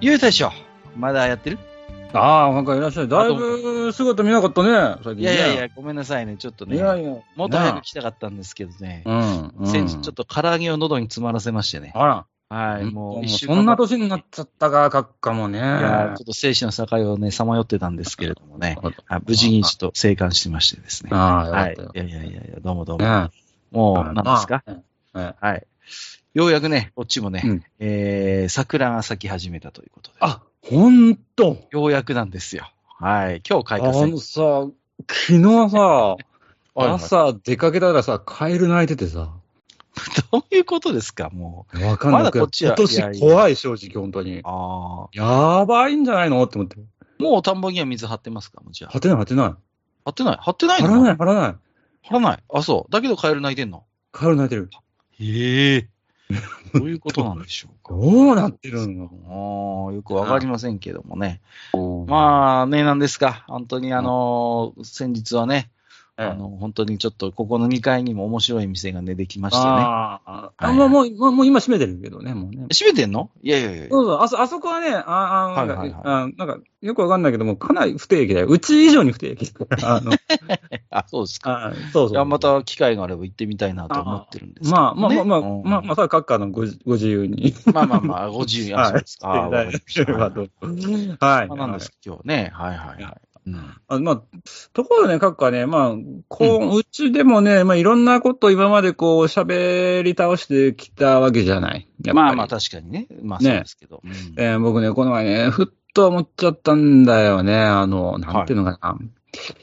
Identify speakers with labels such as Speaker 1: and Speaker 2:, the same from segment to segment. Speaker 1: ゆうでしょまだやってる
Speaker 2: ああ、なんかいらっしゃい。だいぶ姿見なかったね、最近ね。
Speaker 1: いやいやいや、ごめんなさいね、ちょっとね。
Speaker 2: いやいや。
Speaker 1: もっと早く来たかったんですけどね。
Speaker 2: うん。うん
Speaker 1: 先日ちょっと唐揚げを喉に詰まらせましてね。
Speaker 2: あら。
Speaker 1: はい、
Speaker 2: も
Speaker 1: もう
Speaker 2: う
Speaker 1: 一週
Speaker 2: そ
Speaker 1: 間。
Speaker 2: んな年になっちゃったか、かっかもね。い
Speaker 1: いやーちょっと生死の境をね、さまよってたんですけれどもね。あ無事にちょっと生還しましてですね。
Speaker 2: ああ、よか
Speaker 1: は
Speaker 2: っ
Speaker 1: い。い
Speaker 2: たよ。
Speaker 1: やいやいやいや、どうもどう
Speaker 2: ね
Speaker 1: も。もう、
Speaker 2: あ
Speaker 1: 何ですか
Speaker 2: まあええ
Speaker 1: はい。ようやくね、こっちもね、
Speaker 2: うん
Speaker 1: えー、桜が咲き始めたということで。
Speaker 2: あ、ほんと。
Speaker 1: ようやくなんですよ。はい。今日
Speaker 2: あ
Speaker 1: 開花戦。
Speaker 2: のさ、昨日 さ、
Speaker 1: はいはい
Speaker 2: 朝出かけたらさ、カエル鳴いててさ、
Speaker 1: どういうことですか、もう。
Speaker 2: わかんない。
Speaker 1: まだこっちは
Speaker 2: 今年怖い、正直、本当に。
Speaker 1: ああ。
Speaker 2: やばいんじゃないのって思って。
Speaker 1: もう田んぼには水張ってますかもうじゃあ。
Speaker 2: 張ってない、張ってない。
Speaker 1: 張ってない張ってない
Speaker 2: 張
Speaker 1: の
Speaker 2: らない、張らない。
Speaker 1: 張らない。あ、そう。だけどカエル鳴いてんの。
Speaker 2: カエル鳴いてる。
Speaker 1: へえ。 どういうことなんでしょうか。
Speaker 2: どうなってるの
Speaker 1: ああ、よくわかりませんけどもね。 まあね、なんですか。本当にあのー先日はね、
Speaker 2: ええ
Speaker 1: あの、本当にちょっとここの2階にも面白い店がね、できましてね。
Speaker 2: ああ
Speaker 1: は
Speaker 2: あ、
Speaker 1: い
Speaker 2: もう、もう、もうもう今閉めてるけどね、もうね。
Speaker 1: 閉めてんのいやいやいや。
Speaker 2: そうそう、あそ、あそこはね、あ、あ、なんか、
Speaker 1: はいはい
Speaker 2: あなんか、よくわかんないけども、かなり不定期だよ。うち以上に不定期。あの、
Speaker 1: あ、そうですか。
Speaker 2: あそうそう。
Speaker 1: いや、ま、た機会があれば行ってみたいなと思ってるんですけど
Speaker 2: まあ、まあ、まあ、まあ、
Speaker 1: ね
Speaker 2: まあ、まあ、さ、各家のごじご自由に。
Speaker 1: まあまあまあ、 ご自由に。
Speaker 2: はい
Speaker 1: あそうですか。あわかりまし
Speaker 2: いた
Speaker 1: た
Speaker 2: だければ
Speaker 1: はい
Speaker 2: とは
Speaker 1: ま
Speaker 2: い。
Speaker 1: あなんですけど、今日ね。はいはいはい。うん
Speaker 2: あまあ、ところでね、各家ね、まあ、こう、うちでもね、まあ、いろんなことを今までこう、喋り倒してきたわけじゃない。やっぱり
Speaker 1: まあまあ、確かにね。まあそう
Speaker 2: ね
Speaker 1: ですけど。うん
Speaker 2: えー僕ね、この前ね、ふっと思っちゃったんだよね。あの、なんていうのかな。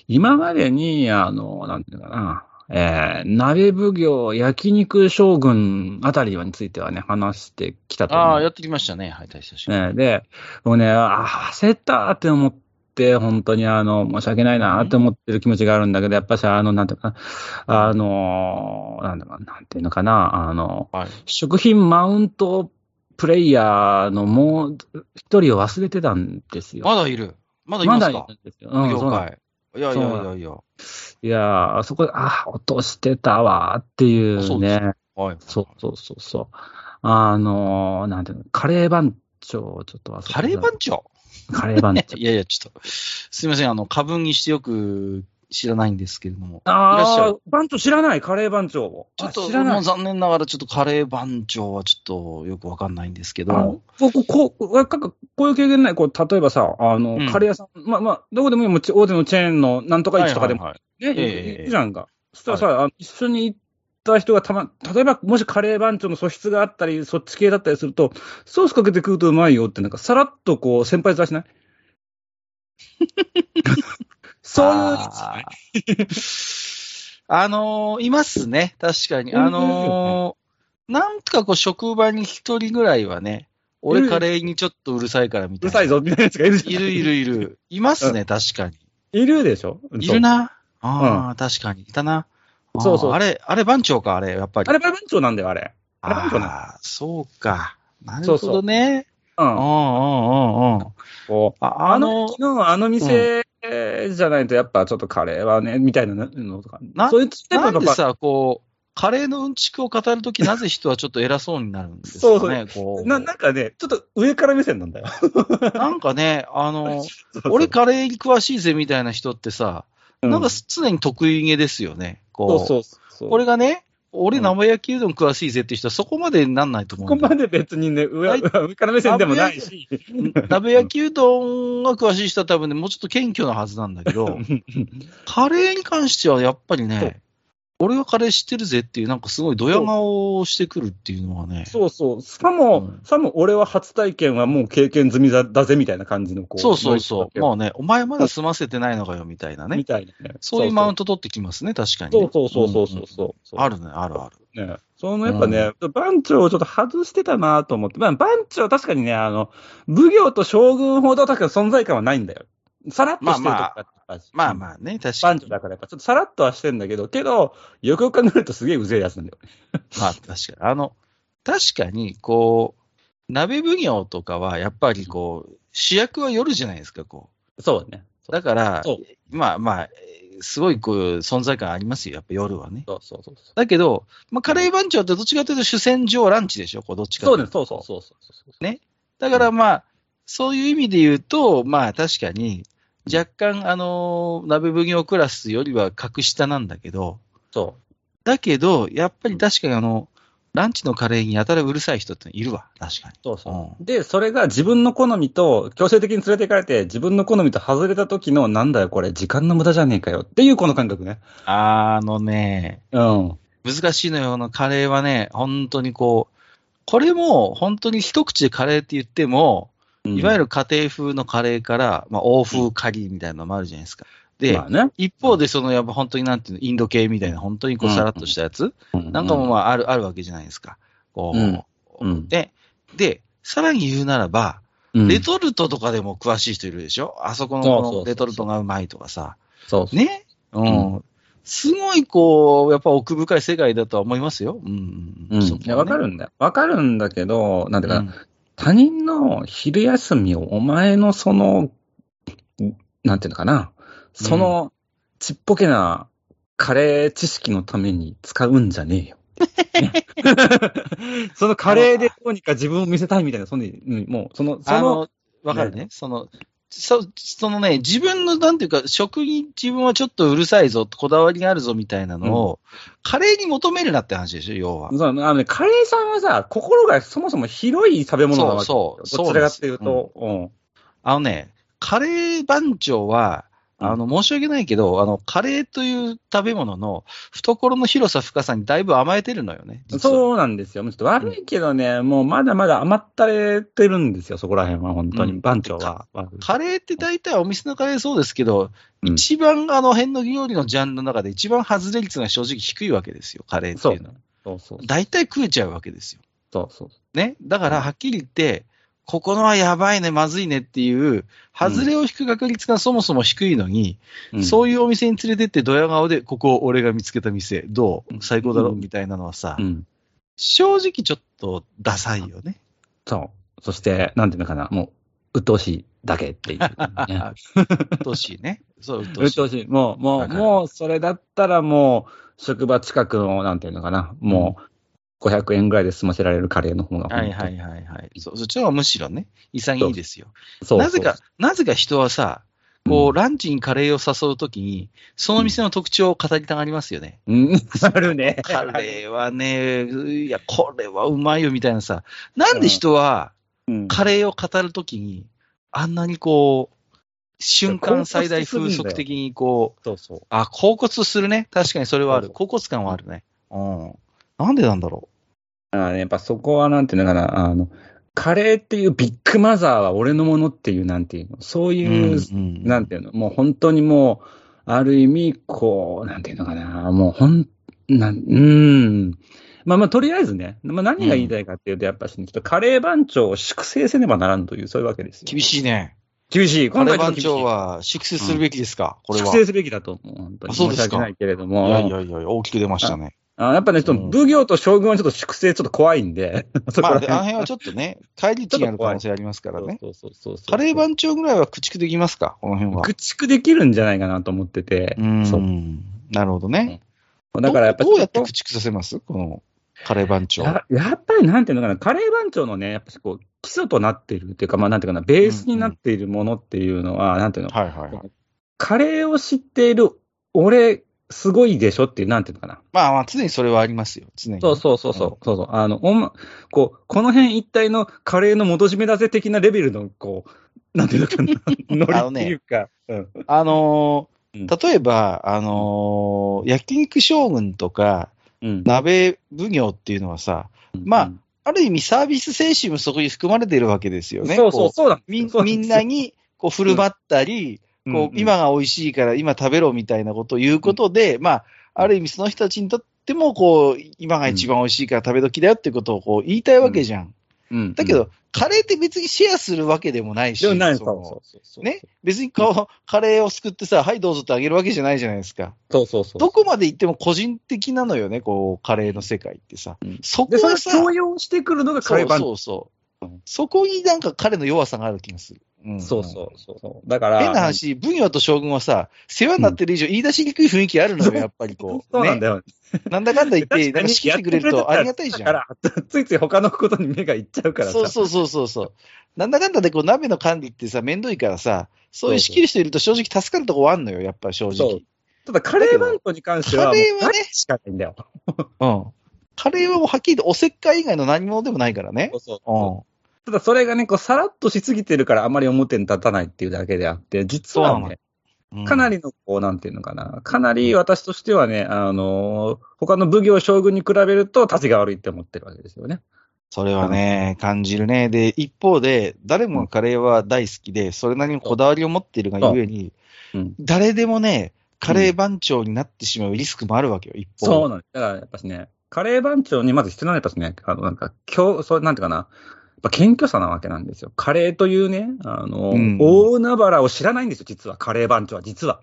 Speaker 2: 今までに、あの、なんていうのかな。えー鍋奉行、焼肉将軍あたりについてはね、話してきたと
Speaker 1: あ
Speaker 2: 思
Speaker 1: あ、
Speaker 2: う。
Speaker 1: やってきましたね。はい、大したし。
Speaker 2: ね、で、僕ね、ああ、焦ったって思って、本当にあの、申し訳ないなって思ってる気持ちがあるんだけど、やっぱし、あの、なんていうのかな。あの、なんだろうななんていうのかな。あの、
Speaker 1: はい。
Speaker 2: 食品マウントプレイヤーのもう一人を忘れてたんですよ。
Speaker 1: まだいる。まだいます
Speaker 2: まだ
Speaker 1: か
Speaker 2: いるんですよ。うん、そ
Speaker 1: 業
Speaker 2: うなん
Speaker 1: 界。いやいやいやいや。
Speaker 2: いやーあそこで、あー、落としてたわーってい
Speaker 1: あそううです
Speaker 2: ね。
Speaker 1: はい。
Speaker 2: そうそうそうそう。あのー、なんていうの、カレー番長をちょっと忘れてた。
Speaker 1: カレー番長
Speaker 2: カレー番長。
Speaker 1: いやいや、ちょっと、すいません、あの、過分にしてよく知らないんですけれども。いらっしゃ
Speaker 2: あ
Speaker 1: る
Speaker 2: ー、番長知らない、カレー番長を。
Speaker 1: ちょっ
Speaker 2: あ
Speaker 1: と、
Speaker 2: 知らな
Speaker 1: も。
Speaker 2: いう
Speaker 1: 残念ながら、ちょっとカレー番長はちょっとよくわかんないんですけ
Speaker 2: あ
Speaker 1: ど、
Speaker 2: 僕、こう、俺なんかこういう経験ない、こう、例えばさ、あの、
Speaker 1: うん
Speaker 2: カレー屋さん、まあまあ、どこでもいいもち、大手のチェーンのなんとか市とかでも
Speaker 1: はいはいはい
Speaker 2: ね、
Speaker 1: ええ
Speaker 2: いいじゃんか。そしたらさ、あの一緒に行った人がたま、例えばもしカレー番長の素質があったり、そっち系だったりすると、ソースかけて食うとうまいよって、なんかさらっとこう、先輩ず らしないそういうやつ
Speaker 1: あーあのーいますね、確かに。あのーなんとかこう、職場に一人ぐらいはね、
Speaker 2: い
Speaker 1: 俺
Speaker 2: る
Speaker 1: カレーにちょっとうるさいからみ
Speaker 2: う
Speaker 1: たい
Speaker 2: る
Speaker 1: な。
Speaker 2: さいぞみたいなやつがいるじゃん
Speaker 1: いるい。るいる。いますね、確かに。
Speaker 2: いるでしょ
Speaker 1: いる。な。ああ、確かに。いたな。あー
Speaker 2: そうそう
Speaker 1: あれ、あれ番長か、あれ、やっぱり。
Speaker 2: あれ、番長なんだよ、あれ。あれ番長なの
Speaker 1: ああ、そうか。な
Speaker 2: そ
Speaker 1: る
Speaker 2: う
Speaker 1: ほ
Speaker 2: そ
Speaker 1: ど
Speaker 2: う
Speaker 1: ね。
Speaker 2: う
Speaker 1: うんうんうんう
Speaker 2: ん。
Speaker 1: ん。
Speaker 2: こう
Speaker 1: あ
Speaker 2: あ
Speaker 1: あの
Speaker 2: の、、昨日あの店じゃないと、やっぱちょっとカレーはね、みたいなのとか。
Speaker 1: な
Speaker 2: そういうステップ
Speaker 1: な
Speaker 2: の
Speaker 1: ん
Speaker 2: と
Speaker 1: で
Speaker 2: か
Speaker 1: さ、こう、カレーのうんちくを語るとき、なぜ人はちょっと偉そうになるんです
Speaker 2: そうそ
Speaker 1: かね
Speaker 2: う。
Speaker 1: こう
Speaker 2: な、なんかね、ちょっと上から目線なんだよ。
Speaker 1: なんかね、あ の、俺
Speaker 2: 俺、
Speaker 1: カレーに詳しいぜみたいな人ってさ、なんか常に得意げですよね。
Speaker 2: そう
Speaker 1: こう、
Speaker 2: そうそう。
Speaker 1: 俺がね、俺
Speaker 2: うん
Speaker 1: 生焼きうどん詳しいぜって人はそこまでなんないと思
Speaker 2: こ
Speaker 1: う
Speaker 2: こ
Speaker 1: んだよ
Speaker 2: まで別にね、上
Speaker 1: はい
Speaker 2: 上から目線でもないし。
Speaker 1: 鍋焼きうどんが詳しい人は多分ね、もうちょっと謙虚なはずなんだけど、カレーに関してはやっぱり
Speaker 2: そ
Speaker 1: ね
Speaker 2: う、
Speaker 1: 俺がカレー知ってるぜっていう、なんかすごいドヤ顔をしてくるっていうのはね、
Speaker 2: そうそう。さも、
Speaker 1: うん
Speaker 2: さも俺は初体験はもう経験済みだだぜみたいな感じのこう。
Speaker 1: そうそうそう、
Speaker 2: ノ
Speaker 1: もうね、お前まだ済ませてないのかよみたいな
Speaker 2: イズ
Speaker 1: ね
Speaker 2: み、たいなね。
Speaker 1: そういうマウン
Speaker 2: ト。
Speaker 1: ト取ってきますね、確かに
Speaker 2: そ
Speaker 1: ね。
Speaker 2: うそうそうそう
Speaker 1: うん
Speaker 2: そ
Speaker 1: うん
Speaker 2: うそう。
Speaker 1: あるね、あるある。
Speaker 2: ね。そのやっぱね、番長をちょっと外してたなと思って、まあ、番長確かにね、あの、奉行と将軍ほど確かに存在感はないんだよ。さらっとしてるとこだったし
Speaker 1: まあまあね、確か
Speaker 2: 番
Speaker 1: に。
Speaker 2: 長だからやっぱちょっとさらっとはしてんだけど、けど、よくよく考えるとすげえうぜえやつなんだよ。
Speaker 1: まあ確かに。あの、確かに、こう、鍋奉行とかは、やっぱりこう、主役は夜じゃないですか、こ
Speaker 2: そうね。
Speaker 1: う。だから
Speaker 2: そう、
Speaker 1: まあまあ、すごいこう、存在感ありますよ、やっぱ夜はね。
Speaker 2: そうそうそうそう。
Speaker 1: だけど、まあ、カレー番長ってどっちかというと主戦場ランチでしょ、こう、どっちかとい
Speaker 2: そうう
Speaker 1: と
Speaker 2: ね、そうそうそうそうそうそう。
Speaker 1: ねだからまあ、そういう意味で言うと、まあ確かに、若干、あのー鍋奉行クラスよりは格下なんだけど、
Speaker 2: そ
Speaker 1: だけど、やっぱり確かにあの、ランチのカレーにやたらうるさい人っているわ、確かに。
Speaker 2: うそうそう。で、それが自分の好みと、強制的に連れていかれて、自分の好みと外れた時の、なんだよこれ、時間の無駄じゃねえかよっていうこの感覚ね。
Speaker 1: あのね、
Speaker 2: うん。
Speaker 1: 難しいのよ、あのカレーはね、本当にこう、これも本当に一口でカレーって言っても、いわゆ
Speaker 2: る、
Speaker 1: る家庭風のカレーから、まあ、欧風カリーみたいなのもあるじゃないですか。で、
Speaker 2: まあね。
Speaker 1: 一方で、その、やっぱ本当になんていうの、インド系みたいな、本当にこう、さらっとしたやつ、なんかもまあ、ある、あるわけじゃないですか。こう、
Speaker 2: うんうん
Speaker 1: で、で、さらに言うならば、
Speaker 2: うん
Speaker 1: レトルトとかでも詳しい人いるでしょあそこの
Speaker 2: そうそ
Speaker 1: こ
Speaker 2: うそうそ
Speaker 1: の
Speaker 2: う
Speaker 1: レトルトがうまいとかさ。
Speaker 2: そうそう。
Speaker 1: ねうん。すごい、こう、やっぱ奥深い世界だとは思いますよ。うん。
Speaker 2: うん。
Speaker 1: そ
Speaker 2: い
Speaker 1: こはね
Speaker 2: や、わかるんだよ。わかるんだけど、なんていうか、
Speaker 1: うん
Speaker 2: 他人の昼休みをお前のその、なんていうのかな、そのちっぽけなカレー知識のために使うんじゃね えよ。ねそのカレーでどうにか自分を見せたいみたいな、そんで、うんもう、その、そ
Speaker 1: あ
Speaker 2: の、
Speaker 1: の、わかるね。その、そそのね、自分の、なんていうか、食に自分はちょっとうるさいぞ、こだわりがあるぞみたいなのを、カレーに求めるなって話でしょ、要は。
Speaker 2: そうあのね、カレーさんはさ、心がそもそも広い食べ物なわけ
Speaker 1: そうそう
Speaker 2: どちらかっていうと、
Speaker 1: あのね、カレー番長は、あの、申し訳ないけど、あの、カレーという食べ物の懐の広さ、深さにだいぶ甘えてるのよね。
Speaker 2: うん
Speaker 1: 実は
Speaker 2: そうなんですよ。ちょっと悪いけどね、もうまだまだ甘ったれてるんですよ、そこら辺は、本当に。
Speaker 1: うん
Speaker 2: 番長は。悪い
Speaker 1: カレーって大体お店のカレーそうですけど、
Speaker 2: うん
Speaker 1: 一番あの辺の料理のジャンルの中で一番外れ率が正直低いわけですよ、カレーって
Speaker 2: そう
Speaker 1: いうのは。
Speaker 2: そうそう
Speaker 1: 大体食えちゃうわけですよ。
Speaker 2: そうそう。
Speaker 1: ね。だから、はっきり言って、ここのはやばいね、まずいねっていう、外れを引く確率がそもそも低いのに、そう
Speaker 2: い
Speaker 1: いうお店に連れてって、ドヤ顔で、ここ俺が見つけた店、ど
Speaker 2: うん
Speaker 1: う最高だろ
Speaker 2: うん
Speaker 1: みたいなのはさ、
Speaker 2: うん。
Speaker 1: 正直ちょっとダサいよね。
Speaker 2: そう。そして、なんていうのかな、もう、鬱陶しいだけっ ていう、ね。
Speaker 1: うっとうしいね。そう、うっとう
Speaker 2: 鬱
Speaker 1: しい。
Speaker 2: 陶しい。もう、も
Speaker 1: わ
Speaker 2: う、
Speaker 1: かる
Speaker 2: もう、それだったらもう、職場近くの、なんていうのかな、もう、500円ぐらいで済ませられるカレーの方が。
Speaker 1: はいはいはいはい。そうそっちの方がむしろね、潔いですよ。
Speaker 2: そう。
Speaker 1: なぜか、なぜか人はさ、こう、ランチにカレーを誘うときに、その店の特徴を語りたがりますよね。
Speaker 2: うん。うん、あるね。
Speaker 1: カレーはね、いや、これはうまいよみたいなさ、なんで人は
Speaker 2: うん
Speaker 1: カレーを語るときに、あんなにこう、瞬間最大風速的にこう、
Speaker 2: そうそう。
Speaker 1: あ、恍惚するね。確かにそれはある。
Speaker 2: そう
Speaker 1: 恍惚感はあるね。うん。なんでなんだろ
Speaker 2: あやっぱそこはなんていうのかな、あの、カレーっていうビッグマザーは俺のものっていう、なんていうの、そう
Speaker 1: う。
Speaker 2: いう、
Speaker 1: ん
Speaker 2: なんていうの、もう本当にもう、ある意味、こう、なんていうのかな、もうほん、なん、うーん。まあまあ、とりあえずね、まあ何が言いたいかっていうと、やっぱし、ちょっとカレー番長を粛清せねばならんという、そういうわけですよ。
Speaker 1: 厳しいね。
Speaker 2: 厳しい。
Speaker 1: カ
Speaker 2: 今
Speaker 1: レー
Speaker 2: 回ちょ
Speaker 1: 番
Speaker 2: っと厳しい
Speaker 1: 長は粛清するべきですか、これは。
Speaker 2: 粛清すべきだと思う。本当に。
Speaker 1: あそう
Speaker 2: 申
Speaker 1: で
Speaker 2: し
Speaker 1: すか
Speaker 2: 訳ないけれど
Speaker 1: い
Speaker 2: も。
Speaker 1: やいやいや、大きく出ましたね。
Speaker 2: あやっぱね、ちょっと奉行と将軍はちょっと粛清ちょっと怖いんで。 そ
Speaker 1: まあ、
Speaker 2: こ
Speaker 1: あ
Speaker 2: ら
Speaker 1: の
Speaker 2: 辺
Speaker 1: 辺はちょっとね、帰り道にある可能性ありますからね。
Speaker 2: そうそうそうそう
Speaker 1: カレー番長ぐらいは駆逐できますか、この辺は。
Speaker 2: 駆逐できるんじゃないかなと思ってて。
Speaker 1: うーん
Speaker 2: そう。
Speaker 1: なるほどね。
Speaker 2: だからやっぱ
Speaker 1: どうどうやって駆逐させますこのカレー番長。
Speaker 2: ややっぱりなんていうのかな、カレー番長のね、やっぱしこう、基礎となっているっていうか、まあなんていうかな、ベースになっているものっていうのは、なんていうの、
Speaker 1: はいはいはい。
Speaker 2: カレーを知っている俺、すごいでしょっていう、なんていうのかな。
Speaker 1: まあまあ、常にそれはありますよ。常に。
Speaker 2: そうそうそうそう、そうそう。あの、おんこう、この辺一体のカレーの元締めだぜ的なレベルの、こう、なんていう のかな、
Speaker 1: あの
Speaker 2: ノリ
Speaker 1: ね
Speaker 2: っていうか、うん。
Speaker 1: あのー
Speaker 2: うん
Speaker 1: 例えば、あのー焼肉将軍とか、
Speaker 2: うん。
Speaker 1: 鍋奉行っていうのはさ、まあある意味サービス精神もそこに含まれているわけですよね。
Speaker 2: そうそう、
Speaker 1: こ
Speaker 2: そうだ。
Speaker 1: みん
Speaker 2: そう
Speaker 1: み
Speaker 2: です
Speaker 1: んなにこう振る舞ったり、こう、今が美味しいから今食べろみたいなことを言うことで、まあ、ある意味その人たちにとっっても、こう、今が一番美味しいから食べ時だよってことをこう言いたいわけじゃん。
Speaker 2: うん
Speaker 1: だけど、、カレーって別にシェアするわけでもないし。
Speaker 2: でもない
Speaker 1: そ
Speaker 2: そう
Speaker 1: の
Speaker 2: そうそう。
Speaker 1: ね別にこう、カレーをすくってさ、はいどうぞってあげるわけじゃないじゃないですか。
Speaker 2: そうそうそう。
Speaker 1: どこまで行っても個人的なのよね、こう、カレーの世界ってさ。
Speaker 2: うん
Speaker 1: そこ
Speaker 2: で、それ
Speaker 1: が
Speaker 2: を
Speaker 1: さ、
Speaker 2: 強要してくるのがカレーパン
Speaker 1: そうそうそう。そこになんか彼の弱さがある気がする。うん
Speaker 2: そうそうそうそう。だから、
Speaker 1: 変な話、分野と将軍はさ、世話になってる以上、言い出しにくい雰囲気あるのよ、やっぱりこう。
Speaker 2: そうなんだ
Speaker 1: ね
Speaker 2: よ。
Speaker 1: なんだかんだ言って、なんか仕切ってくれるとありがたいじ
Speaker 2: だか
Speaker 1: ゃん。
Speaker 2: ら、ついつい他のことに目がいっちゃうからさ。
Speaker 1: そうそうそうそうそう。なんだかんだでこう鍋の管理ってさ、めんどいからさ、そういう仕切る人いると正直助かるとこはあんのよ、やっぱ正
Speaker 2: そう
Speaker 1: 直。
Speaker 2: ただ、カレーマントに関しては、
Speaker 1: カレーはね
Speaker 2: もう何しかないんだよ。
Speaker 1: うん。カレーはもうはっきり言っておせっかい以外の何者でもないからね。
Speaker 2: そうそう
Speaker 1: うん。
Speaker 2: ただ、それがね、こう、さらっとしすぎてるから、あまり表に立たないっていうだけであって、実は
Speaker 1: そうな
Speaker 2: ね、かな
Speaker 1: り。
Speaker 2: りの、こう、なんていうのかな、かなり私としてはね、あのー他の奉行将軍に比べると、立ちが悪いって思ってるわけですよね。
Speaker 1: それはね、感じるね。で、一方で、誰もがカレーは大好きで、それなりにこだわりを持っているがゆえに、
Speaker 2: うん
Speaker 1: 誰でもね、カレー番長になってしまうリスクもあるわけよ、一方で。
Speaker 2: そうなんです。だから、やっぱしね、カレー番長にまず必要なのは、やっぱしね、あの、なんか、今日、そう、なんていうかな、やっぱ謙虚さなわけなんですよ。カレーというね、あの、
Speaker 1: うん
Speaker 2: 大海原を知らないんですよ、実は。カレー番長は、実は。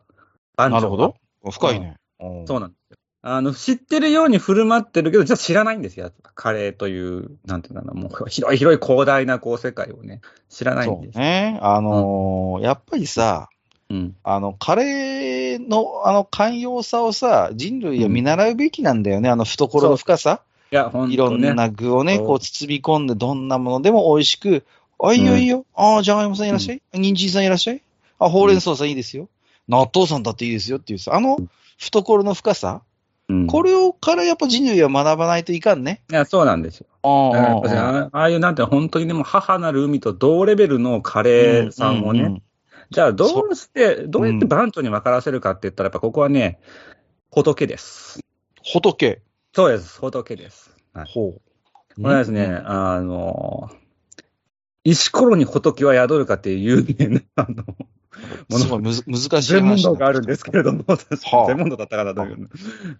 Speaker 2: 番長は
Speaker 1: なるほど。。深いね。うん
Speaker 2: そうなんですよ。あの、知ってるように振る舞ってるけど、じゃあ知らないんですよ。カレーという、なんていうかな、もう広い広い広大なこう世界をね、知らないん
Speaker 1: そ
Speaker 2: で
Speaker 1: う
Speaker 2: す。
Speaker 1: ね。あのーやっぱりさ、
Speaker 2: うん。
Speaker 1: あの、カレーの、あの、寛容さをさ、人類は見習うべきなんだよね。あの、懐の深さ。
Speaker 2: いや、ほん
Speaker 1: いろ
Speaker 2: と
Speaker 1: ん
Speaker 2: ね。
Speaker 1: な具をね、
Speaker 2: そう
Speaker 1: こう包み込んで、どんなものでも美味しく、あ、いいよいいよ、ああ、じゃがいもさんいらっしゃい、人参さんいらっしゃい、あ、ほうれん草さんいいですよ、納豆さんだっていいですよっていうさ、あの懐の深さ、
Speaker 2: うん
Speaker 1: これをからやっぱ人類は学ばないといかんね。
Speaker 2: いや、そうなんですよ。
Speaker 1: あ
Speaker 2: だからやっぱし
Speaker 1: あ、
Speaker 2: あああいうなんて、本当にね、もう母なる海と同レベルのカレーさんをね、
Speaker 1: うんうん
Speaker 2: じゃあどうして、どうやって番長に分からせるかって言ったら、やっぱここはね、仏です。
Speaker 1: 仏。
Speaker 2: そうです、仏です。はい
Speaker 1: ほう。
Speaker 2: これはですね、あの、石ころに仏は宿るかっていう有名な、 あの、
Speaker 1: うん。すごいむず難しい話だ。
Speaker 2: 全問答があるんですけれども、確か
Speaker 1: はあ
Speaker 2: に全問答だったかなという、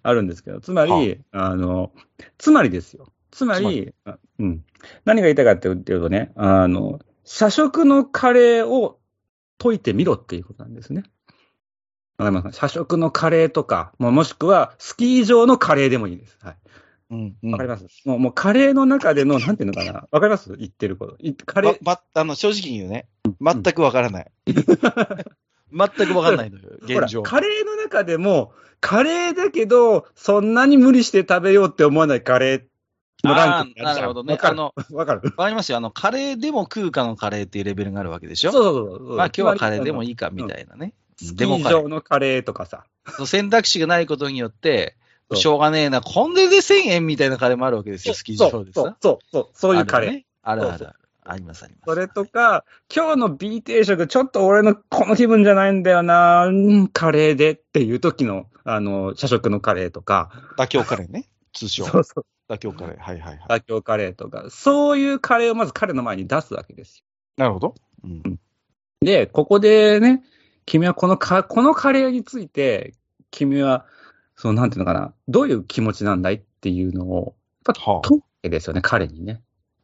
Speaker 2: あるんですけど、つまり、あの、つまりですよ。つま
Speaker 1: つま
Speaker 2: り、あうん。何が言いたいかっていうとね、あの、社食のカレーを解いてみろっていうことなんですね。わかりますか社食のカレーとか、もうもしくは、スキー場のカレーでもいいです。はい。
Speaker 1: うんうん
Speaker 2: わかります、もう、もうカレーの中での、なんていうのかな。わかります言ってること。いカレー、
Speaker 1: ままあの正直に言うね、全くわから ない。全くわからないのよ、
Speaker 2: ほら
Speaker 1: 現、状。
Speaker 2: カレーの中でも、カレーだけど、そんなに無理して食べようって思わないカレーのランク
Speaker 1: あーなるほどね。
Speaker 2: わか
Speaker 1: あ
Speaker 2: る。
Speaker 1: の、
Speaker 2: わかる。
Speaker 1: わかりますよ。あの、カレーでも食うかのカレーっていうレベルがあるわけでし
Speaker 2: そう
Speaker 1: ょ
Speaker 2: そうそう。
Speaker 1: まあ今日はカレーでも
Speaker 2: い。
Speaker 1: いいかみたいなね。
Speaker 2: スキ
Speaker 1: でも
Speaker 2: ー
Speaker 1: カレー
Speaker 2: 場のカレーとかさ。
Speaker 1: その選択肢がないことによって、
Speaker 2: そう
Speaker 1: しょうがねえな、こんでで1000円みたいなカレーもあるわけですよ、スキー場で
Speaker 2: そ
Speaker 1: さ
Speaker 2: う。そうそうそう。そういうカレー。
Speaker 1: あるよねあるあ
Speaker 2: そう
Speaker 1: る。ありますあります。
Speaker 2: それとか、今日の B 定食、ちょっと俺のこの気分じゃないんだよな、うんカレーでっていう時の、あの、社食のカレーとか、
Speaker 1: 妥協カレーね。通称。
Speaker 2: そうそう、
Speaker 1: 妥協カレー。はいはいはい。
Speaker 2: 妥協カレーとか、そういうカレーをまず彼の前に出すわけですよ
Speaker 1: なるほど。うん。
Speaker 2: で、ここでね、君はこのか、このカレーについて、君は、その、なんていうのかな、どういう気持ちなんだいっていうのを、
Speaker 1: は
Speaker 2: 問うわけですよね、彼にね。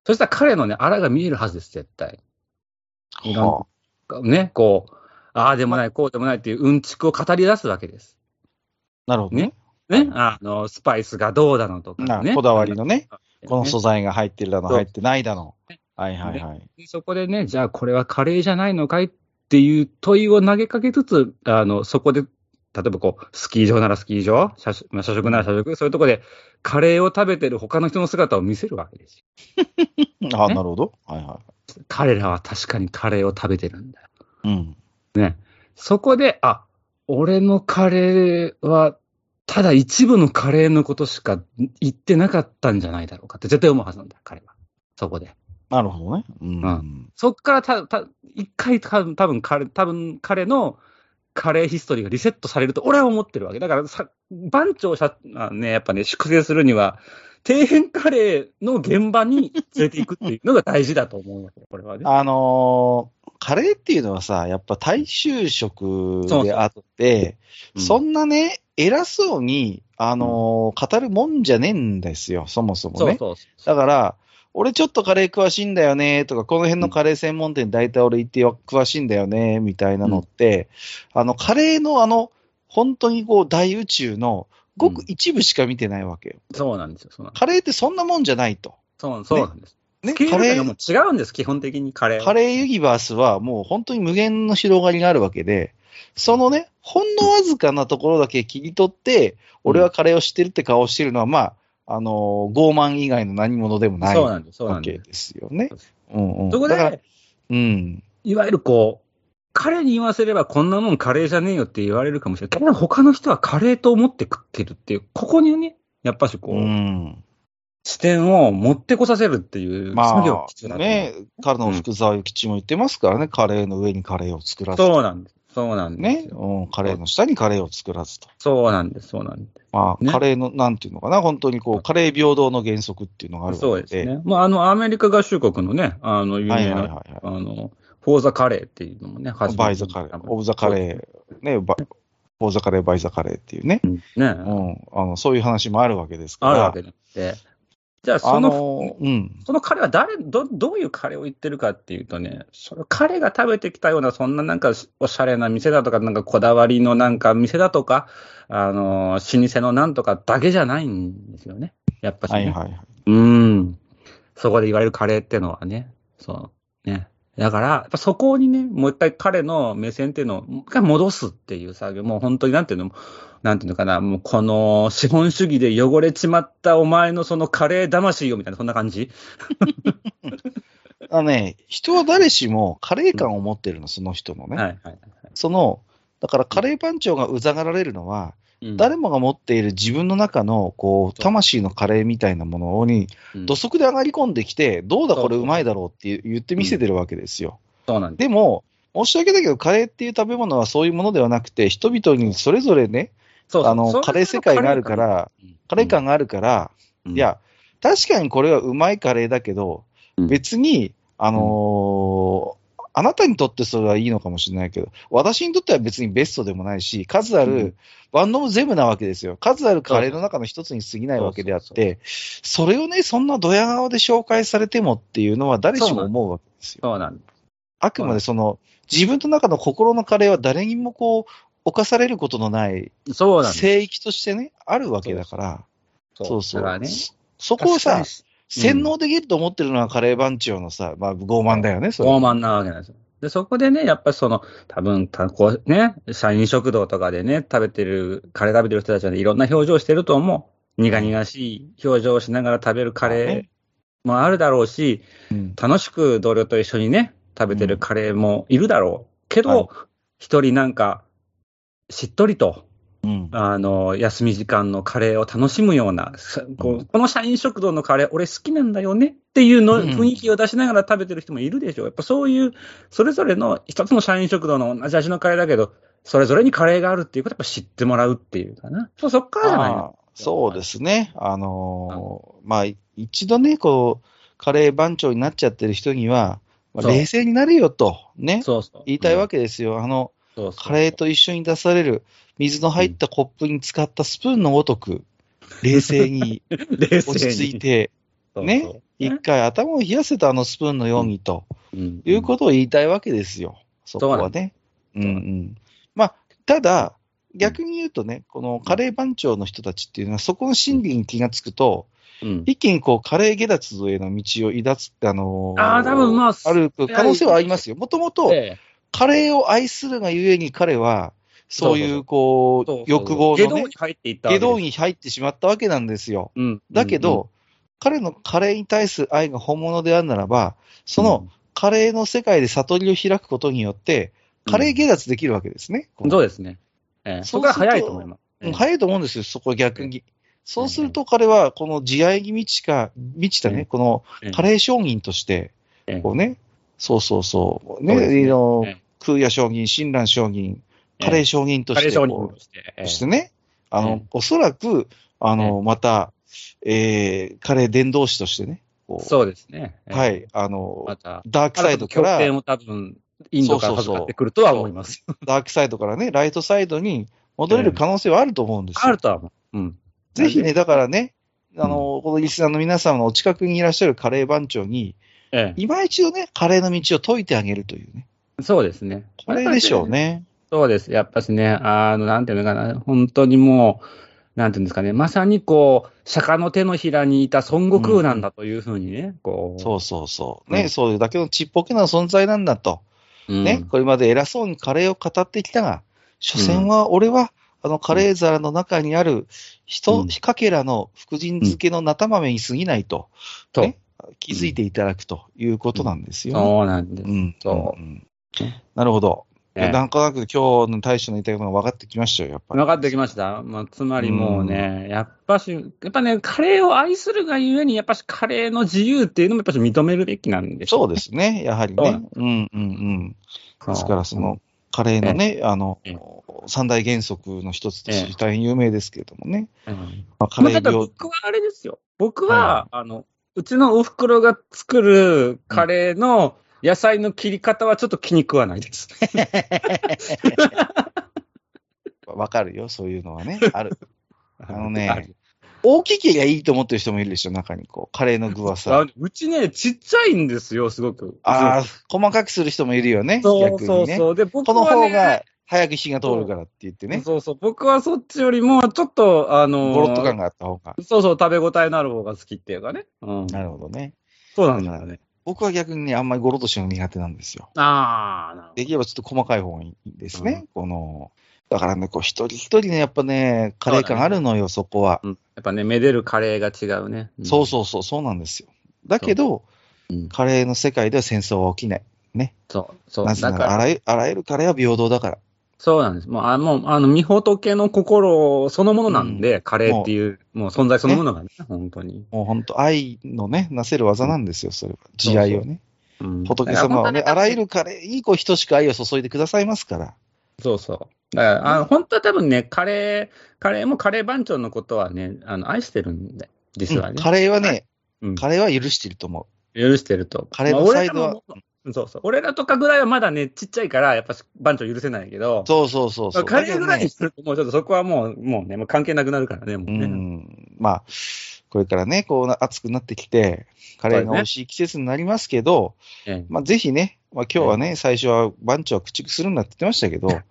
Speaker 2: そしたら彼のね、あらが見えるはずです、絶対。
Speaker 1: あ。
Speaker 2: いろん
Speaker 1: は
Speaker 2: ね、こう、ああでもない、こうでもないっていううんちくを語り出すわけです。
Speaker 1: あ。なるほどね。
Speaker 2: ね、あの、スパイスがどうだのと
Speaker 1: な
Speaker 2: かね。
Speaker 1: こだわりのね
Speaker 2: あの、
Speaker 1: この素材が入ってるだの、
Speaker 2: そう
Speaker 1: 入ってないだの。はいはいはい。
Speaker 2: でそこでね、じゃあこれはカレーじゃないのかいっていう問いを投げかけつつ、あの、そこで、例えばこう、スキー場ならスキー場、社食まあ社食なら社食、そういうとこで、カレーを食べてる他の人の姿を見せるわけですよ。
Speaker 1: ああ、
Speaker 2: ね
Speaker 1: なるほど。はいは
Speaker 2: 彼らは確かにカレーを食べてるんだよ。
Speaker 1: い。うん。
Speaker 2: そこで、あ、俺のカレーは、ただ一部のカレーのことしか言ってなかったんじゃないだろうかって絶対思うはずなんだよ、彼は。そこで。
Speaker 1: なるほどね。うん。
Speaker 2: うそっからた、た、一回た、多分彼、多分彼のカレーヒストリーがリセットされると俺は思ってるわけ。だからさ、番長社、あね、やっぱね、粛清するには、底辺カレーの現場に連れていくっていうのが大事だと思うわけ、これはね。
Speaker 1: あのーカレーっていうのはさ、やっぱ大衆食であって、
Speaker 2: うん
Speaker 1: そんなね、偉そうに、あのー語るもんじゃねえんですよ、そもそもね。
Speaker 2: そうそう
Speaker 1: だから、俺ちょっとカレー詳しいんだよねとか、この辺のカレー専門店大体俺行ってよ詳しいんだよねみたいなのって、あの、カレーのあの、本当にこう大宇宙のごく一部しか見てないわけよ。
Speaker 2: そうなんですよ。そうなんです
Speaker 1: カレーってそんなもんじゃないと。
Speaker 2: そうそうなんです。
Speaker 1: ね、
Speaker 2: スケー
Speaker 1: カ
Speaker 2: ル
Speaker 1: レ
Speaker 2: が
Speaker 1: ー
Speaker 2: もう違うんです、基本的にカレーは。
Speaker 1: カレーユニバースはもう本当に無限の広がりがあるわけで、そのね、ほんのわずかなところだけ切り取って、俺はカレーを知ってるって顔をしてるのは、まあ、あのー傲慢以外の何者でもない
Speaker 2: そうなんです、そうな
Speaker 1: わ
Speaker 2: ん
Speaker 1: け
Speaker 2: です。
Speaker 1: ですよね
Speaker 2: そうで。
Speaker 1: うんうん、
Speaker 2: そこ
Speaker 1: だから
Speaker 2: で、
Speaker 1: うん。
Speaker 2: いわゆるこう、彼に言わせればこんなもんカレーじゃねえよって言われるかもしれない。ただ他の人はカレーと思って食ってるっていう、ここにね、やっぱしこ
Speaker 1: う
Speaker 2: う、
Speaker 1: ん、
Speaker 2: 視点を持ってこさせるっていう作業が
Speaker 1: ま
Speaker 2: 必要
Speaker 1: あ、
Speaker 2: だと思う
Speaker 1: ね、彼の福沢諭吉も言ってますからね、カレーの上にカレーを作らずと。
Speaker 2: そうなんです。そうなんです
Speaker 1: ね、
Speaker 2: よ。
Speaker 1: うん、カレーの下にカレーを作らずと。
Speaker 2: そうなんです。そうなんで
Speaker 1: まあ、
Speaker 2: ね
Speaker 1: カレーの、なんていうのかな、本当にこう、カレー平等の原則っていうのがある
Speaker 2: す。そ
Speaker 1: わ
Speaker 2: う
Speaker 1: けで。
Speaker 2: ですね。まあ、あの、アメリカ合衆国のね、あの、有
Speaker 1: はい
Speaker 2: 名
Speaker 1: はいはい
Speaker 2: な、
Speaker 1: はい。
Speaker 2: あの、フォーザカレーっていうのもね、始ま
Speaker 1: バ
Speaker 2: り
Speaker 1: イザカレー、オブザカレー、ね、バオブザカレー、バイザカレーっていうね、
Speaker 2: うんね、
Speaker 1: うんあの、そういう話もあるわけですから。
Speaker 2: あるわけだって。じゃあ、そ
Speaker 1: あ
Speaker 2: の、
Speaker 1: の、うん。
Speaker 2: その彼は誰、ど、どういうカレーを言ってるかっていうとね、その彼が食べてきたような、そんななんかおしゃれな店だとか、なんかこだわりのなんか店だとか、あの、老舗のなんとかだけじゃないんですよね。やっぱし、ね。
Speaker 1: はいはいはい。
Speaker 2: うん。そこで言われるカレーってのはね、そう、ね。だから、やっぱそこにね、もう一回彼の目線っていうのを、もう一回戻すっていう作業、もう本当になんていうの、なんていうのかな、もうこの資本主義で汚れちまったお前のそのカレー魂よみたいな、そんな感じ
Speaker 1: あのね、人は誰しもカレー感を持ってるの、その人のね。
Speaker 2: はいはい。
Speaker 1: その、だからカレー番長がうざがられるのは、
Speaker 2: うん
Speaker 1: 誰もが持っている自分の中の、こう、
Speaker 2: そう
Speaker 1: 魂のカレーみたいなものに、
Speaker 2: うん
Speaker 1: 土足で上がり込んできて、どうだ
Speaker 2: そう
Speaker 1: これうまいだろうって言って見せてるわけですよ。
Speaker 2: そうなんで
Speaker 1: で
Speaker 2: す。
Speaker 1: も、申し訳だけど、カレーっていう食べ物はそういうものではなくて、人々にそれぞれね、
Speaker 2: そうそう
Speaker 1: あの、
Speaker 2: それ
Speaker 1: カレー世界があるから、カレー感があるから、
Speaker 2: うん
Speaker 1: い、や、確かにこれはうまいカレーだけど、
Speaker 2: うん
Speaker 1: 別に、あのーあなたにとってそれはいいのかもしれないけど、私にとっては別にベストでもないし、数あ
Speaker 2: う
Speaker 1: る
Speaker 2: ん、
Speaker 1: 万能ゼブなわけですよ。数あるカレーの中の一つに過ぎないわけであっ
Speaker 2: そうそう
Speaker 1: て、それをね、そんなドヤ顔で紹介されてもっていうのは誰しも思うわけですよ。
Speaker 2: そうなんです。
Speaker 1: あくまでその、自分の中の心のカレーは誰にもこう、犯されることのない
Speaker 2: そうなんです。
Speaker 1: 聖域としてね、あるわけだから、そうそう
Speaker 2: だからね。
Speaker 1: そこをさ、
Speaker 2: に
Speaker 1: 洗脳できると思ってるのはカレー番長のさ、まあ傲慢だよね、それ。
Speaker 2: 傲慢なわけなんですよ。で、そこでね、やっぱりその、多分たこうね、社員食堂とかでね、食べてる、カレー食べてる人たちはね、いろんな表情してると思う。苦々しい表情をしながら食べるカレーもあるだろうし、
Speaker 1: うん
Speaker 2: 楽しく同僚と一緒にね、食べてるカレーもいるだろう。け
Speaker 1: はい
Speaker 2: ど、一、人なんか、しっとりと、
Speaker 1: うん。
Speaker 2: あの、休み時間のカレーを楽しむような、さこうこの社員食堂のカレー、俺好きなんだよねっていうの、
Speaker 1: うん
Speaker 2: 雰囲気を出しながら食べてる人もいるでしょう。やっぱそういう、それぞれの一つの社員食堂の同じ味のカレーだけど、それぞれにカレーがあるっていうことをやっぱ知ってもらうっていうかな。そう、そっからじゃない
Speaker 1: あー
Speaker 2: の。
Speaker 1: そうですね。あのーまあ、一度ね、こう、カレー番長になっちゃってる人には、まあ
Speaker 2: そう
Speaker 1: 冷静になれよと、ね、
Speaker 2: そうそう。
Speaker 1: 言いたいわ
Speaker 2: け、
Speaker 1: けですよ。あの、
Speaker 2: そうそう
Speaker 1: カレーと一緒に出される水の入ったコップに使ったスプーンのごと く、冷静に
Speaker 2: 冷静
Speaker 1: 落
Speaker 2: に
Speaker 1: ち着い、て、ね
Speaker 2: そうそう
Speaker 1: 一回頭を冷やせたあのスプーンのようにと
Speaker 2: うん
Speaker 1: いうことを言いたいわけですよ、そこはね。うん
Speaker 2: ん
Speaker 1: う
Speaker 2: です
Speaker 1: ん。まあ、ただ、逆に言うとね、このカレー番長の人たちっていうのは、そこの心理に気がつくと、
Speaker 2: うん
Speaker 1: 一気にこう、カレー下脱への道を抱つ、あのー
Speaker 2: あー多分まあ
Speaker 1: 歩く可能性はありますよ。もともと、
Speaker 2: ええ
Speaker 1: カレーを愛するがゆえに彼は、そうい
Speaker 2: そうそうそう
Speaker 1: う、こ
Speaker 2: そうそ
Speaker 1: う、
Speaker 2: う
Speaker 1: 欲望
Speaker 2: 下
Speaker 1: の
Speaker 2: 道
Speaker 1: ね
Speaker 2: に、入っていったわ
Speaker 1: 下
Speaker 2: けです
Speaker 1: 道に入ってしまったわけなんですよ。
Speaker 2: うん
Speaker 1: だけど、、彼のカレーに対する愛が本物であるならば、その、カレーの世界で悟りを開くことによって、カレー下脱できるわけですね。
Speaker 2: うんそうですね。ええ、そこが早いと思います。
Speaker 1: うん早いと思うんですよ、そこは逆に。そうすると彼は、この慈愛に満ちか、満ちた
Speaker 2: ええ
Speaker 1: ね、このカレー商人として
Speaker 2: ええ、
Speaker 1: こうね、そうそうそう、
Speaker 2: そうです
Speaker 1: ね、
Speaker 2: ね
Speaker 1: あの
Speaker 2: ええ
Speaker 1: 空也商人、親鸞商人、カレー商人と
Speaker 2: カレ
Speaker 1: し
Speaker 2: ー
Speaker 1: て
Speaker 2: 商
Speaker 1: こう、
Speaker 2: 人として。ええ
Speaker 1: そしてね、あ
Speaker 2: え
Speaker 1: の
Speaker 2: え、
Speaker 1: おそらく、あ
Speaker 2: え
Speaker 1: の、また、えーカレー伝道師としてね、こう
Speaker 2: そうですね。
Speaker 1: は
Speaker 2: ええ。
Speaker 1: い、あの、
Speaker 2: また、
Speaker 1: ダークサイドか
Speaker 2: 新たな
Speaker 1: ら、
Speaker 2: も多分、インドからかってくるとは思います。
Speaker 1: ダークサイドからね、ライトサイドに戻れる可能性はあると思うんですよ。
Speaker 2: あるとは思う。うん。
Speaker 1: ぜひね、だからね、あの、このリスナーの皆様のお近くにいらっしゃるカレー番長に、
Speaker 2: え
Speaker 1: 今一度ね、カレーの道を解いてあげるというね。
Speaker 2: え。そうですね。
Speaker 1: これでしょう。ね。
Speaker 2: そうです。やっぱしね、あの、なんていうのかな、本当にもう、なんていうんですかね、まさにこう、釈迦の手のひらにいた孫悟空なんだというふうにね、こう。
Speaker 1: そうそうそう。
Speaker 2: う
Speaker 1: ね、
Speaker 2: ん
Speaker 1: そういうだけのちっぽけな存在なんだと。
Speaker 2: うん。
Speaker 1: ね、これまで偉そうにカレーを語ってきたが、所詮は俺は、あのカレー皿の中にある人、
Speaker 2: うん
Speaker 1: ひかけらの福神漬けのなた豆に過ぎないと、
Speaker 2: と
Speaker 1: ね気づいていただくということなんですよ、ね。
Speaker 2: そうなんです
Speaker 1: う。ん。
Speaker 2: そ
Speaker 1: うんうんなるほど。
Speaker 2: ね
Speaker 1: なんとなく今日の大将の言いたいことが分かってきましたよ、やっぱり。
Speaker 2: 分かってきました。まあ、つまりもうね、やっぱし、やっぱね、カレーを愛するがゆえに、やっぱしカレーの自由っていうのもやっぱし認めるべきなんでしょ
Speaker 1: そうですね、やはりね。うんうんうん。
Speaker 2: そう
Speaker 1: ですから、その、、カレーのね、あの、三大原則の一つとして大変有名ですけれどもね。
Speaker 2: うん
Speaker 1: まあ、カ
Speaker 2: まあ
Speaker 1: レー
Speaker 2: ただ
Speaker 1: 病。
Speaker 2: 僕はあれですよ。僕は、あの、うちのお袋が作るカレーの野菜の切り方はちょっと気に食わないです。
Speaker 1: わかるよ、そういうのは ね。ある。
Speaker 2: あ
Speaker 1: のね、大きけりゃいいと思ってる人もいるでしょ、中にこう。カレーの具は
Speaker 2: あ
Speaker 1: さ。
Speaker 2: うちね、ちっちゃいんですよ、すごく。
Speaker 1: ああ、細かくする人もいるよね。
Speaker 2: そう
Speaker 1: 逆
Speaker 2: そ
Speaker 1: に
Speaker 2: う
Speaker 1: ね。
Speaker 2: そう。で、僕
Speaker 1: この
Speaker 2: は、
Speaker 1: 方
Speaker 2: ね、
Speaker 1: が早く火が通るからって言ってね。
Speaker 2: そうそう。僕はそっちよりも、ちょっと、あのー
Speaker 1: ゴロッと感があった方が。
Speaker 2: そうそう、食べ応えのある方が好きっていうかね。うん。
Speaker 1: なるほどね。
Speaker 2: そうなんだよね。
Speaker 1: 僕は逆にね、あんまりゴロッとしたの苦手なんですよ。
Speaker 2: ああ、なるほ
Speaker 1: できればちょっと細かい方がいいですね。
Speaker 2: う
Speaker 1: この、だからね、こう一人一人ね、やっぱね、カレー感あるのよ、そこは。
Speaker 2: ど。うん。やっぱね、めでるカレーが違うね。ん
Speaker 1: そうそうそう、そうなんですよ。だけど、
Speaker 2: うん
Speaker 1: カレーの世界では戦争は起きない。
Speaker 2: そう、そう。
Speaker 1: なぜな、
Speaker 2: だから
Speaker 1: あ
Speaker 2: ら、
Speaker 1: らゆあらゆるカレーは平等だから。
Speaker 2: そうなんです。もう、あもうあの、みほとけの心そのものなんで、カレーっていう、もう存在そのものがね、本当に。
Speaker 1: もう本当愛のね、なせる技なんですよ、それは。慈愛をね。
Speaker 2: うん
Speaker 1: 仏様はね、
Speaker 2: だから
Speaker 1: あらゆるカレー、いい子等しく愛を注いでくださいますから。
Speaker 2: そうそう。だから、あの本当は多分ね、カレー、カレーもカレー番長のことはね、あの、愛してるんで、実は
Speaker 1: うん
Speaker 2: ね。
Speaker 1: カレーはね、
Speaker 2: うん
Speaker 1: カレーは許してると思
Speaker 2: 許してると。
Speaker 1: カレーの
Speaker 2: まあ
Speaker 1: サイドは
Speaker 2: 俺らもそうそう。俺らとかぐらいはまだね、ちっちゃいから、やっぱし番長許せないけど
Speaker 1: う。、そうそうそうそう。
Speaker 2: まあカレーぐら
Speaker 1: だ
Speaker 2: いに
Speaker 1: け
Speaker 2: すると、もうちょっとそこはもう、もうね、もう関係なくなるからね、もう
Speaker 1: どね
Speaker 2: ね。
Speaker 1: うん。まあ、これからね、こうな暑くなってきて、カレーが美味しい季節になりますけど、
Speaker 2: え
Speaker 1: まあぜひね、まあ今日はね、最初は番長は駆逐するんだって言ってま したけど、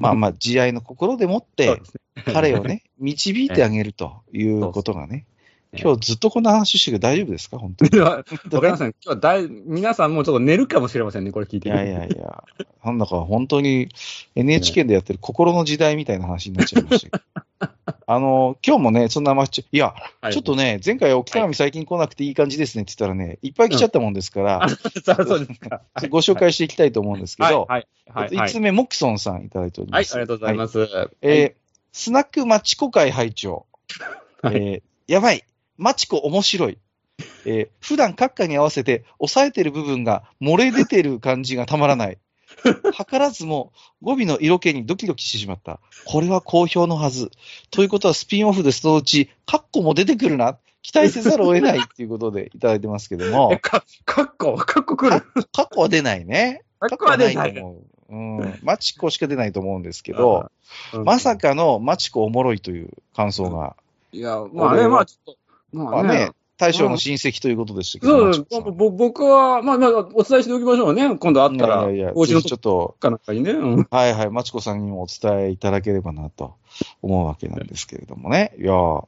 Speaker 1: まあまあ慈愛の心でもっ
Speaker 2: え、そう
Speaker 1: て
Speaker 2: です
Speaker 1: 彼を ね、導いてあげるということがね、
Speaker 2: ええ
Speaker 1: 今日ずっとこんな話してるけど大丈夫ですか本当に。
Speaker 2: ね。 わかりません。今日はだい、皆さんもうちょっと寝るかもしれませんね、これ聞い
Speaker 1: い
Speaker 2: て。
Speaker 1: やいやいや、なんだか本当に NHK でやってる心の時代みたいな話になっちゃいましたけ ど。あの、今日もね、そんな話し、いや、
Speaker 2: はい
Speaker 1: ちょっとね、前回沖縄美最近来なくていい感じですねって言ったらね、いっぱい来ちゃったもんですから、
Speaker 2: そうそうですか。
Speaker 1: ご紹介していきたいと思うんですけ
Speaker 2: はい、
Speaker 1: ど、
Speaker 2: はい、はい。は
Speaker 1: 5
Speaker 2: い、
Speaker 1: つ目、モクソンさんいただいており
Speaker 2: は
Speaker 1: ま
Speaker 2: い
Speaker 1: す。。
Speaker 2: ありがとうございますす。
Speaker 1: えースナックマチコ会会長。
Speaker 2: はい
Speaker 1: えーやばい、マチコ面白い。えー普段閣下に合わせて抑えてる部分が漏れ出てる感じがたまら ない。図らずも語尾の色気にドキドキしてしまった。これは好評のはず。ということはスピンオフでそのうち、カッコも出てくるな。期待せざるを得ないっていうことでいただいてますけど
Speaker 2: え、
Speaker 1: も、
Speaker 2: か、かっこ、かっこくる。
Speaker 1: カッコは出ないね。
Speaker 2: かっこは出な
Speaker 1: カッ
Speaker 2: い。
Speaker 1: コはと思う。うん。マチコしか出ないと思うんですけど、
Speaker 2: うん
Speaker 1: まさ。かのマチコおもろいという感想が
Speaker 2: いや、まあね、まあちょっと、ま
Speaker 1: まあ
Speaker 2: あね
Speaker 1: ね。、大将の親戚ということでしたけど、
Speaker 2: そう
Speaker 1: マチ
Speaker 2: です
Speaker 1: コさん
Speaker 2: ぼ僕は、まあ、まあ、お伝えしておきましょうね。今度会ったら、
Speaker 1: いやいやいや、
Speaker 2: お家
Speaker 1: ぜ
Speaker 2: の
Speaker 1: ひち
Speaker 2: と
Speaker 1: ょっと、
Speaker 2: かなんかにね。うん
Speaker 1: はいはい、マチコさんにもお伝えいただければなと思うわけなんですけれどもね。いやー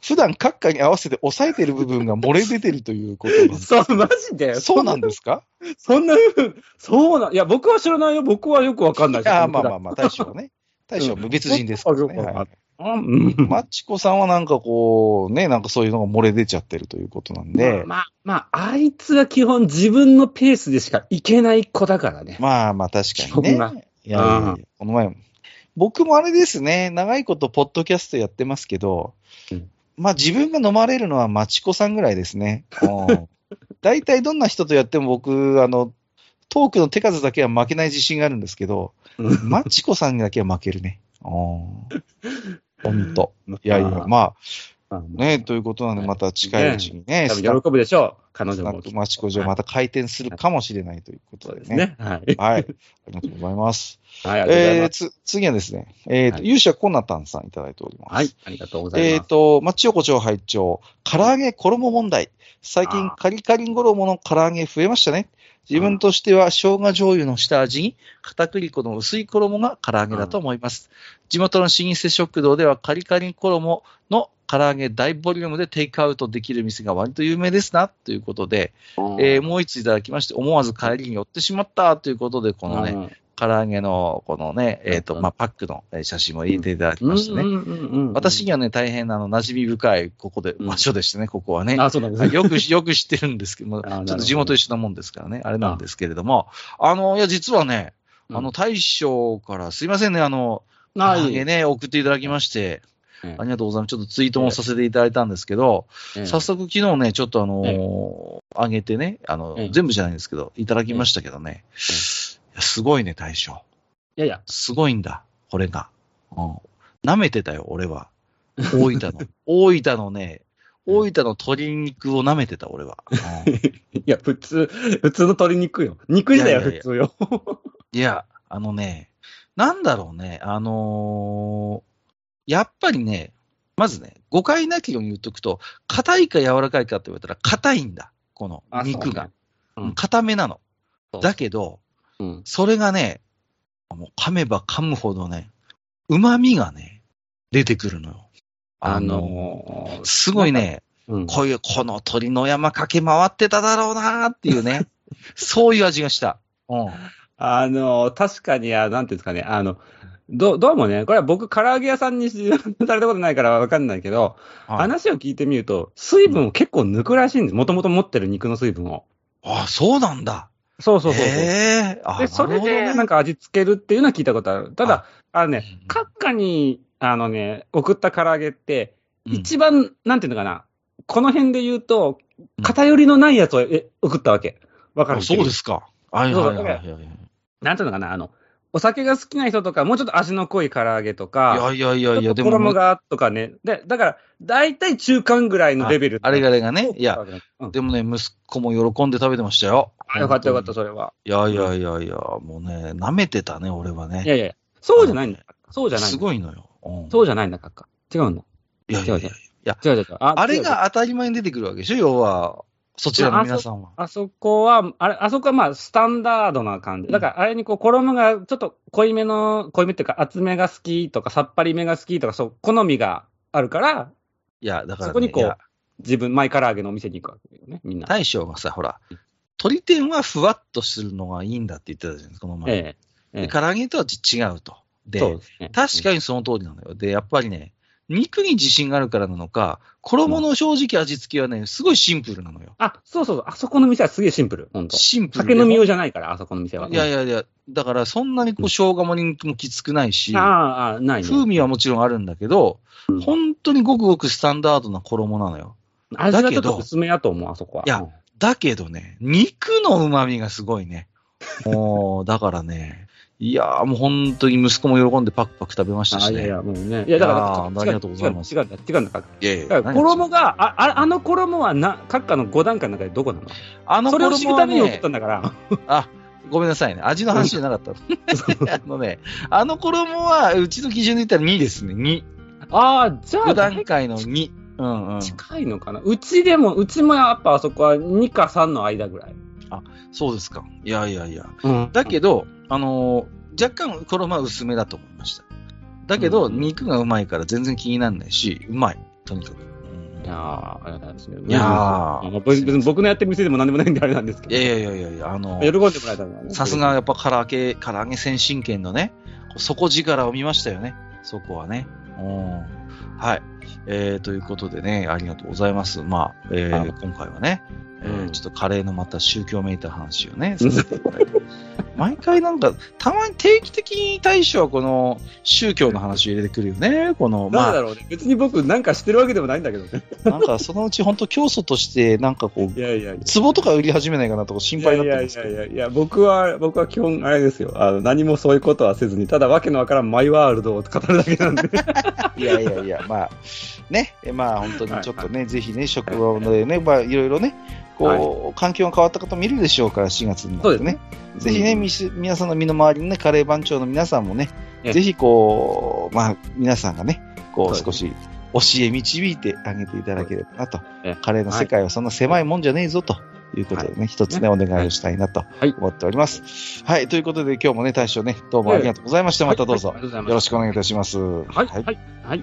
Speaker 1: 普段閣下に合わせて抑えてる部分が漏れ出てるということなん です。
Speaker 2: そう、マジで。
Speaker 1: そうなんですか
Speaker 2: そんなふう、そうな、いや、僕は知らないよ。僕はよくわかんない
Speaker 1: いやーまあまあ
Speaker 2: あ。
Speaker 1: まあ、大将はね。大将は無別人ですからね。
Speaker 2: うん
Speaker 1: はい
Speaker 2: うん。
Speaker 1: マチコさんはなんかこう、ね、なんかそういうのが漏れ出ちゃってるということなんで、
Speaker 2: まあ、まあ、あいつは基本自分のペースでしかいけない子だからね。
Speaker 1: まあまあ確かにね。い
Speaker 2: そんな
Speaker 1: やいやいや
Speaker 2: う
Speaker 1: この前も、僕もあれですね、長いことポッドキャストやってますけど、
Speaker 2: うん
Speaker 1: まあ自分が飲まれるのはマチコさんぐらいですね。うん大体どんな人とやっても僕、あの、トークの手数だけは負けない自信があるんですけど、
Speaker 2: うん
Speaker 1: マチコさんにだけは負けるね。うんほんと。いやいや、
Speaker 2: ま
Speaker 1: ま
Speaker 2: あ
Speaker 1: あ
Speaker 2: まあまあ
Speaker 1: ね、ということなんで、また近いうちにね、
Speaker 2: 多
Speaker 1: スタッフ
Speaker 2: 分喜ぶでしょう。彼女
Speaker 1: スナ
Speaker 2: も
Speaker 1: ッ
Speaker 2: きっ
Speaker 1: ク
Speaker 2: と。
Speaker 1: マチコ場また開店するかもしれないということ
Speaker 2: そう
Speaker 1: で
Speaker 2: です
Speaker 1: ね。
Speaker 2: ね。は
Speaker 1: は
Speaker 2: い。
Speaker 1: い。ありがとうございます。
Speaker 2: はい、ありがとうござい
Speaker 1: えー、
Speaker 2: ます。
Speaker 1: つ、次はですね、えーと、
Speaker 2: はい
Speaker 1: 勇者コナタンさんいただいております。
Speaker 2: はい、ありがとうございます。
Speaker 1: えっ、と、まあ、千代子町拝長、唐揚げ衣問題。最近
Speaker 2: あー、
Speaker 1: カリカリ衣の唐揚げ増えましたね。自分としては、生姜醤油の下味に、片栗粉の薄い衣が唐揚げだと思います。地元の老舗食堂では、カリカリ衣の唐揚げ大ボリュームでテイクアウトできる店が割と有名ですな、ということで、えーもう一ついただきまして、思わず帰りに寄ってしまった、ということで、このね、
Speaker 2: ね、
Speaker 1: 唐揚げの、このね、えっ、と、
Speaker 2: うん
Speaker 1: まあ、パックのえー写真も入れていただき
Speaker 2: うん
Speaker 1: ましたね。
Speaker 2: うんうんうんうん
Speaker 1: 私にはね、大変あの馴染み深いここで、
Speaker 2: うん
Speaker 1: 場所でしたね、ここはね。
Speaker 2: あ、そうなんですね。
Speaker 1: よく、よく知ってるんですけども、
Speaker 2: あ
Speaker 1: ち
Speaker 2: なる
Speaker 1: ょ
Speaker 2: ほ
Speaker 1: っ
Speaker 2: ど
Speaker 1: と地元一緒なもんですからね、あれなんですけれども、あの、いや、実はね、
Speaker 2: うん
Speaker 1: あの、大将から、すいませんね、あの、
Speaker 2: あい
Speaker 1: 揚
Speaker 2: い
Speaker 1: げね、送っていただきまして、
Speaker 2: ええ
Speaker 1: ありがとうございます。ちょっとツイートもさせていただいたんですけど、
Speaker 2: ええ
Speaker 1: 早速昨日ね、ちょっとあのー揚げてね、あの、
Speaker 2: ええ
Speaker 1: 全部じゃないんですけど、いただきましたけどね、
Speaker 2: え
Speaker 1: いやすごいね、大将。
Speaker 2: いやいや、
Speaker 1: すごいんだ、これが。うん。舐めてたよ、俺は。大分 の、大分のね、大分の鶏肉を舐めてた、俺は。 うん
Speaker 2: いや、普通、普通の鶏肉よ。肉自体はい
Speaker 1: やいやい
Speaker 2: 普
Speaker 1: や
Speaker 2: 通よ。
Speaker 1: いや、あのね、なんだろうね、あのーやっぱりね、まずね、誤解なきように言っとくと、硬いか柔らかいかって言われたら、硬いんだ、この
Speaker 2: あ
Speaker 1: 肉が。。
Speaker 2: そううねうん
Speaker 1: ん硬めなの
Speaker 2: そ。う
Speaker 1: だけど、
Speaker 2: うん。
Speaker 1: それがね、もう噛めば噛むほどね、旨味がね、出てくるのよ。
Speaker 2: あ、のー、
Speaker 1: すごいね、
Speaker 2: うん
Speaker 1: こういう、この鳥の山駆け回ってただろうなーっていう ね、そういう味がした。うん。
Speaker 2: あのー、確かに、あなんていうんですかね、あの、どどうもね、これは僕、唐揚げ屋さんにされたことないからわかんないけど、
Speaker 1: はい
Speaker 2: 話を聞いてみると、水分を結構抜くらしいんです。もともと持ってる肉の水分を。
Speaker 1: あ、そうなんだ。
Speaker 2: そうそうそうそう。
Speaker 1: ええあ、
Speaker 2: で、それで、
Speaker 1: な
Speaker 2: なん
Speaker 1: る
Speaker 2: か味付けるっていうのは聞いたことある。ただ、あのね
Speaker 1: うん、
Speaker 2: 閣下に、あのね、送った唐揚げって、
Speaker 1: ほどね、
Speaker 2: 一番、なんていうのかな、この辺で言うと
Speaker 1: う、ん
Speaker 2: 偏りのないやつをえ送ったわけ。わか
Speaker 1: 番
Speaker 2: る
Speaker 1: そうですか。はいはいはいはい。
Speaker 2: なんていうのかな、あの、お酒が好きな人とか、もうちょっと味の濃い唐揚げとか、
Speaker 1: いやいやいやい
Speaker 2: ちょ
Speaker 1: や、
Speaker 2: っと
Speaker 1: で
Speaker 2: 衣
Speaker 1: も、
Speaker 2: がとかね。で、だから、大体中間ぐらいのレベル。
Speaker 1: あれがあれがね、いや、
Speaker 2: うん
Speaker 1: でもね、息子も喜んで食べてましたよ。
Speaker 2: あ、よかったよかった、それは。
Speaker 1: いやいやいやいや、もうね、舐めてたね、俺はい
Speaker 2: や
Speaker 1: ね。
Speaker 2: いやいや、そうじゃないんだ。そうじゃないんだ。
Speaker 1: すごいのよ。うん
Speaker 2: そうじゃないんだ、閣下。違うんだ。
Speaker 1: いやいやいや。
Speaker 2: 違う違う違う。
Speaker 1: あれ
Speaker 2: 違う違う
Speaker 1: が当たり前に出てくるわけでしょ、要は、そちらの皆さんは。
Speaker 2: あそこは、あれ、あそこはまあ、スタンダードな感じ。だから、あれにこう、衣が、ちょっと濃いめの、濃いめっていうか、厚めが好きとか、さっぱりめが好きとか、そう、好みがあるから、
Speaker 1: いや、だから、ね、
Speaker 2: そこにこう
Speaker 1: いや
Speaker 2: 自分、マイ唐揚げのお店に行くわけよね、みんな。
Speaker 1: 大将がさ、ほら、鳥天はふわっとするのがいいんだって言ってたじゃないですか、この前。
Speaker 2: ええええ
Speaker 1: で唐揚げとは違うと。で、
Speaker 2: そうですね。
Speaker 1: 確かにその通りなのよ。で、やっぱりね、肉に自信があるからなのか、衣の正直味付けはね、すごいシンプルなのよ。
Speaker 2: あ、そうそうそう、あそこの店はすげえシンプル、本当。
Speaker 1: シンプル
Speaker 2: 酒
Speaker 1: で。
Speaker 2: 飲み用じゃないから、あそこの店は。
Speaker 1: いやいやいや、だからそんなにこう生姜も人気もきつくないし、
Speaker 2: ああ、ああ、ないね。
Speaker 1: 風味はもちろんあるんだけど、
Speaker 2: うん
Speaker 1: 本当にごくごくスタンダードな衣なのよ。
Speaker 2: 味がちょ
Speaker 1: だ
Speaker 2: っ
Speaker 1: け
Speaker 2: と
Speaker 1: ど
Speaker 2: 薄めやと思う、あそこは。
Speaker 1: いや
Speaker 2: うん
Speaker 1: だけどね、肉の旨味がすごいね。もう、だからね、いやーもう本当に息子も喜んでパクパク食べました
Speaker 2: あ
Speaker 1: し
Speaker 2: いやい
Speaker 1: ね。
Speaker 2: や、もうね。いや、だか
Speaker 1: いやー
Speaker 2: ら、違う
Speaker 1: ありがとうございます
Speaker 2: 違うんだ、違うんだ、違うんだ
Speaker 1: いやい
Speaker 2: だから衣
Speaker 1: 衣
Speaker 2: が、あああの衣はな、閣下の5段階の中でどこなの
Speaker 1: あの
Speaker 2: それを知る
Speaker 1: 衣
Speaker 2: た
Speaker 1: は
Speaker 2: めに送っ
Speaker 1: ね
Speaker 2: た、んだから。
Speaker 1: あ、ごめんなさいね。味の話じゃなかった。 あのね、あの衣は、うちの基準で言ったら2ですね。2。
Speaker 2: ああ、じゃ
Speaker 1: 5
Speaker 2: あ、
Speaker 1: 段階の2。うんうん。
Speaker 2: 近いのかな。うちでも、うちもやっぱあそこは2か3の間ぐらい。
Speaker 1: そうですか。いやいやいや。
Speaker 2: うん
Speaker 1: だけど、あのー若干衣は薄めだと思いました。だけど、
Speaker 2: うん
Speaker 1: 肉がうまいから全然気にならないし、うまい。とにかく。うん
Speaker 2: いやー、ありがたいですね。
Speaker 1: いやー
Speaker 2: うん別に僕のやってる店でも何でもないんであれなんですけ
Speaker 1: い
Speaker 2: ど。
Speaker 1: やいやいやいやいや、あのー
Speaker 2: 喜んでもらえたのはね。
Speaker 1: さすがやっぱ唐揚げ、唐揚げ先進権のね、底力を見ましたよね、そこはね。うん。はい。えー、ということでね、ありがとうございます。まあ、えー
Speaker 2: あ
Speaker 1: 今回はね、えー
Speaker 2: うん
Speaker 1: ちょっとカレーのまた宗教めいた話をね、させていただいて毎回なんか、たまに定期的に大将はこの宗教の話を入れてくるよね、この、
Speaker 2: なん
Speaker 1: ま
Speaker 2: だ
Speaker 1: あ、
Speaker 2: ろうね。別に僕なんかしてるわけでもないんだけど ね。
Speaker 1: なんかそのうち本当教祖として、なんかこ、
Speaker 2: いうやいやいや。
Speaker 1: 壺とか売り始めないかなとか心配になってますけど。
Speaker 2: いやいやいやいや、僕は、僕は基本あれですよ。あの、何もそういうことはせずに、ただわけのわからんマイワールドを語るだけなんで。
Speaker 1: いやいやいや、まあ、ね、えまあ、本当にちょっとね、ぜひね、職場でね、まあ、いろいろね、こう、環境が変わった方見るでしょうから、4月になってね。ぜひね、
Speaker 2: うん
Speaker 1: みし皆さんの身の回りのね、カレー番長の皆さんもね、
Speaker 2: ええ
Speaker 1: ぜひこう、まあ、皆さんがね、こう、
Speaker 2: そう
Speaker 1: 少
Speaker 2: で
Speaker 1: し教え導いてあげていただければなと
Speaker 2: ええ。
Speaker 1: カレーの世界はそんな狭いもんじゃねえぞと。いうことでね、一つね、お願いをしたいなと
Speaker 2: い
Speaker 1: 思っております。はい、ということで今日もね、大将ね、どうもありがとうございました。またどうぞ
Speaker 2: はい、あ、りがとう
Speaker 1: よ
Speaker 2: ござい
Speaker 1: ろ
Speaker 2: ま
Speaker 1: しくお願いいたします。
Speaker 2: す。はい、はい、はい。